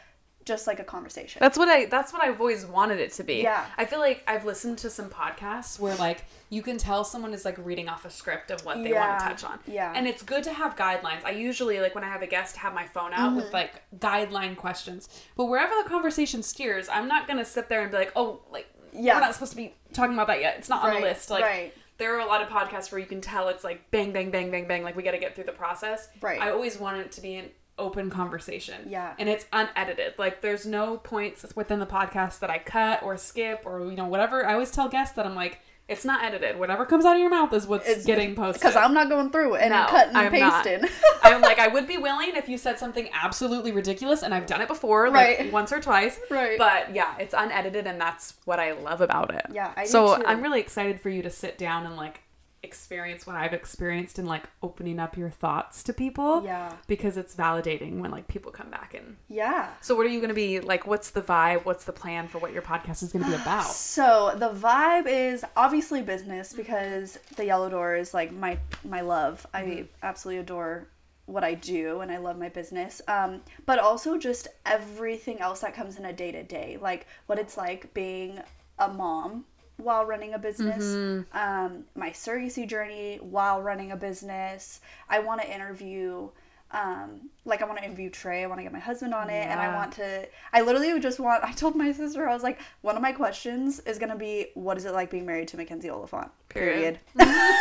just like a conversation. That's what I that's what I've always wanted it to be. Yeah. I feel like I've listened to some podcasts where like you can tell someone is like reading off a script of what they want Yeah, to touch on. yeah. And it's good to have guidelines. I usually like when I have a guest have my phone out Mm-hmm. with like guideline questions. But wherever the conversation steers, I'm not gonna sit there and be like, oh like Yeah. we're not supposed to be talking about that yet. It's not on Right, the list. Like right. there are a lot of podcasts where you can tell it's like bang, bang, bang, bang, bang, like we gotta get through the process. Right. I always want it to be an open conversation. Yeah. And it's unedited. Like there's no points within the podcast that I cut or skip or you know whatever. I always tell guests that I'm like it's not edited. Whatever comes out of your mouth is what's It's- getting posted. Because I'm not going through and No, cutting and I'm not. pasting. I'm like I would be willing if you said something absolutely ridiculous and I've done it before like Right. once or twice. Right. But yeah, it's unedited and that's what I love about it. Yeah, I do So too. I'm really excited for you to sit down and like experience what I've experienced and like opening up your thoughts to people. Yeah. Because it's validating when like people come back and yeah. so what are you going to be like? What's the vibe? What's the plan for what your podcast is going to be about? So the vibe is obviously business because the Yellow Door is like my my love. I absolutely adore what I do and I love my business. Um, but also just everything else that comes in a day to day, like what it's like being a mom while running a business, um, my surrogacy journey while running a business. I want to interview. Um, like I want to interview Trey. I want to get my husband on it, and I Yeah. want to I literally would just want I told my sister I was like one of my questions is going to be what is it like being married to Mackenzie Oliphant period, Period.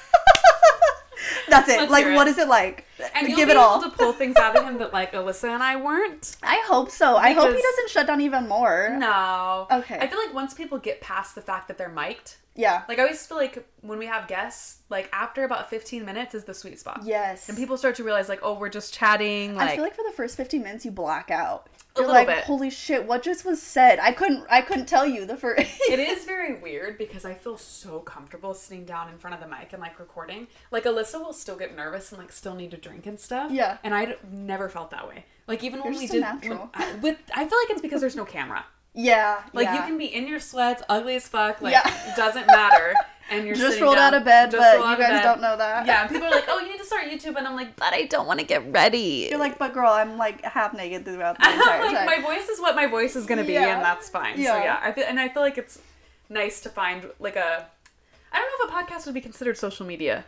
that's it Let's like hear it. what is it like And you'll give be it all able to pull things out of him that like Alyssa and I weren't. I hope so I hope he Because- doesn't shut down even more No. Okay. I feel like once people get past the fact that they're mic'd, yeah like I always feel like when we have guests, like after about 15 minutes is the sweet spot. yes And people start to realize like, oh, we're just chatting. Like, I feel like for the first 15 minutes you black out A you're little like bit. holy shit what just was said I couldn't I couldn't tell you the first it is very weird because I feel so comfortable sitting down in front of the mic and like recording. Like Alyssa will still get nervous and like still need to drink and stuff. Yeah. And I d- never felt that way. Like even when You're we so did, natural. when I, with I feel like it's because there's no camera. yeah Like yeah. you can be in your sweats, ugly as fuck, like Yeah. it doesn't matter, and you're Just sitting rolled down- out of bed, just but rolled you out of guys bed. don't know that. Yeah, and people are like, "Oh, you need to start YouTube," and I'm like, "But I don't want to get ready." you're like but girl I'm like half naked throughout the entire like time my voice is what my voice is gonna be, Yeah. and that's fine. So Yeah. yeah, I feel, and I feel like it's nice to find like a. I don't know if a podcast would be considered social media,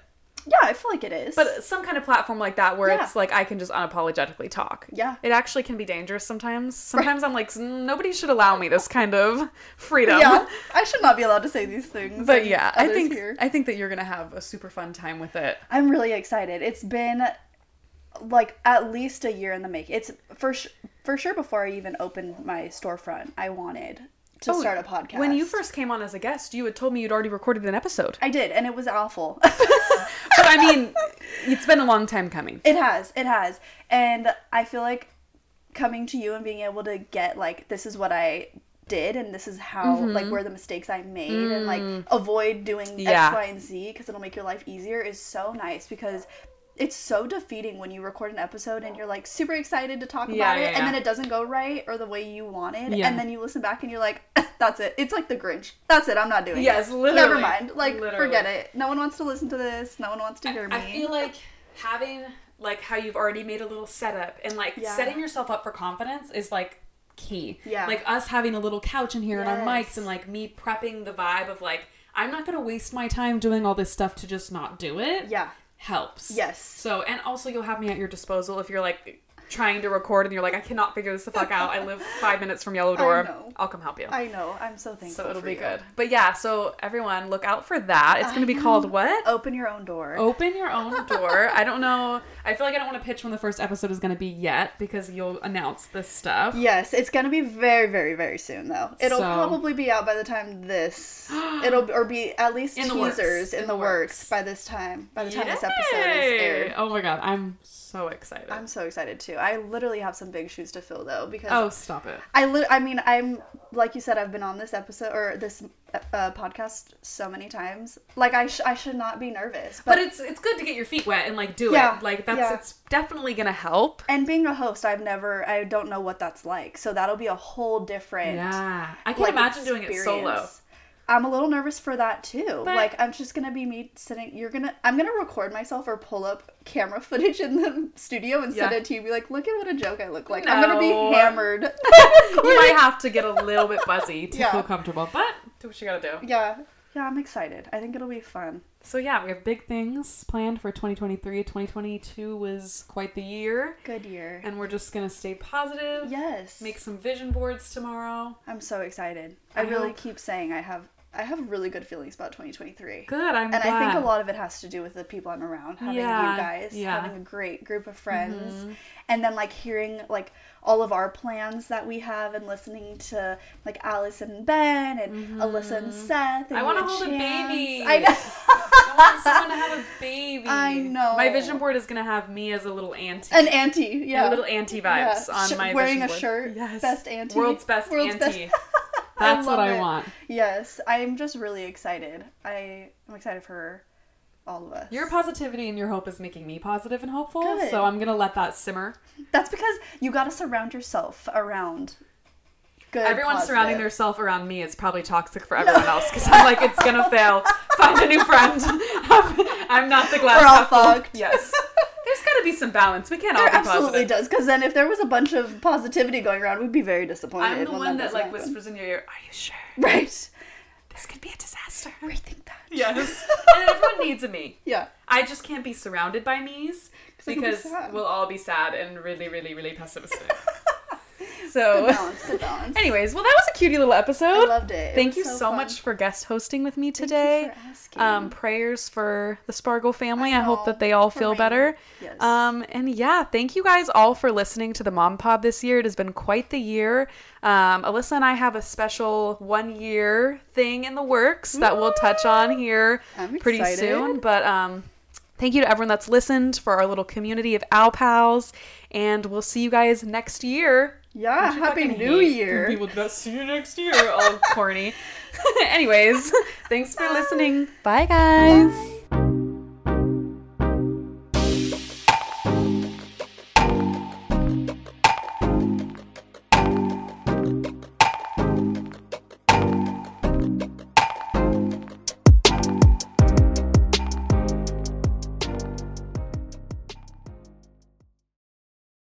yeah I feel like it is but some kind of platform like that where Yeah. it's like I can just unapologetically talk. Yeah. It actually can be dangerous sometimes. Sometimes I'm like, "Mm, nobody should allow me this kind of freedom. yeah, I should not be allowed to say these things. But and yeah, I others think here. I think that you're gonna have a super fun time with it. I'm really excited. It's been like at least a year in the make. It's for sh- for sure before I even opened my storefront, I wanted to start a podcast. Oh, When you first came on as a guest, you had told me you'd already recorded an episode. I did, and it was awful. But I mean, it's been a long time coming. It has, it has. And I feel like coming to you and being able to get like this is what I did and this is how Mm-hmm. like where the mistakes I made and like avoid doing Mm. Yeah. X, Y, and Z because it'll make your life easier is so nice because it's so defeating when you record an episode and you're like super excited to talk Yeah, about it yeah, and then yeah. it doesn't go right or the way you wanted Yeah. and then you listen back and you're like that's it it's like the Grinch that's it I'm not doing Yes, it never literally. mind like Literally. forget it no one wants to listen to this no one wants to hear me I feel like having like how you've already made a little setup and like Yeah. setting yourself up for confidence is like key. Yeah. Like us having a little couch in here and our Yes. mics and like me prepping the vibe of like I'm not gonna waste my time doing all this stuff to just not do it. Yeah. Helps. Yes. So and also you'll have me at your disposal if you're like trying to record and you're like I cannot figure this the fuck out. I live five minutes from Yellow Door. know. I'll come help you. I know I'm so thankful so it'll for be you. good. But yeah, so everyone look out for that. It's gonna be called what? open your own door open your own door. I don't know. I feel like I don't want to pitch when the first episode is going to be yet because you'll announce this stuff. Yes, it's gonna be very, very, very soon though. It'll So- probably be out by the time this it'll or be at least In the works, teasers in, the works. by this time. By the time this episode is Yay! aired. Oh my god, I'm so excited. I'm so excited too. I literally have some big shoes to fill though because oh, stop it. I li- I mean I'm like you said I've been on this episode or this uh, podcast so many times. Like I sh- I should not be nervous, but, But it's it's good to get your feet wet and like do Yeah, it. Like that's yeah. it's definitely going to help. and being a host, I've never I don't know what that's like. So that'll be a whole different Yeah. I can like, imagine doing it solo. experience. I'm a little nervous for that too. But- like I'm just gonna be me sitting. You're gonna. I'm gonna record myself or pull up camera footage in the studio and send Yeah. it to you. Be like, look at what a joke I look like. I'm gonna No. be hammered. You might have to get a little bit buzzy to Yeah. feel comfortable, but do what you got to do. yeah, yeah. I'm excited. I think it'll be fun. So yeah, we have big things planned for 2023. 2022 was quite the year, Good year. and we're just going to stay positive. yes. make some vision boards tomorrow. I'm so excited. I, I really hope- keep saying I have. I have really good feelings about 2023. Good, I'm And I glad. think a lot of it has to do with the people I'm around, having Yeah, you guys, yeah. Mm-hmm. having a great group of friends, and then like hearing like all of our plans that we have, and listening to like Alice and Ben and Alyssa and Seth. Mm-hmm. And I wanna you and hold a Chance. baby. I know. I want someone to have a baby. I know. My vision board is gonna have me as a little auntie. An auntie, A yeah. little auntie vibes Yeah. on Sh- my wearing vision a board. shirt. Yes. Best auntie. World's best World's best- auntie. That's what love I it. want. Yes, I'm just really excited. I am excited for all of us. Your positivity and your hope is making me positive and hopeful, Good. so I'm gonna let that simmer. That's because you got to surround yourself around good. Everyone surrounding positive- themselves around me is probably toxic for everyone else because I'm like, it's gonna fail. Find a new friend. I'm not the glass. We're all half full. fucked. Yes. There's gotta be some balance. We can't all There be absolutely positive. does, because then if there was a bunch of positivity going around, we'd be very disappointed. I'm the when one that doesn't like happen. whispers in your ear, "Are you sure Right. this could be a disaster?" Rethink that. Yes. and everyone needs a me. Yeah. I just can't be surrounded by me's it could be because sad. we'll all be sad and really, really, really pessimistic. Good so, balance. Good balance. anyways, well, that was a cutie little episode. I loved it. It Thank was you so, fun. much for guest hosting with me you today. for asking. um, prayers for the Spargo family. I I, hope know, that they all for feel Raina. better. Yes. Um, and yeah, thank you guys all for listening to the Mom Pod this year. It has been quite the year. Um, Alyssa and I have a special one year thing in the works that we'll touch on here I'm pretty excited. soon. But um, thank you to everyone that's listened for our little community of Owl Pals. And we'll see you guys next year. Yeah. Happy Fucking New hate Year. when People do that see you next year. All corny. Anyways, thanks for listening. Bye, guys.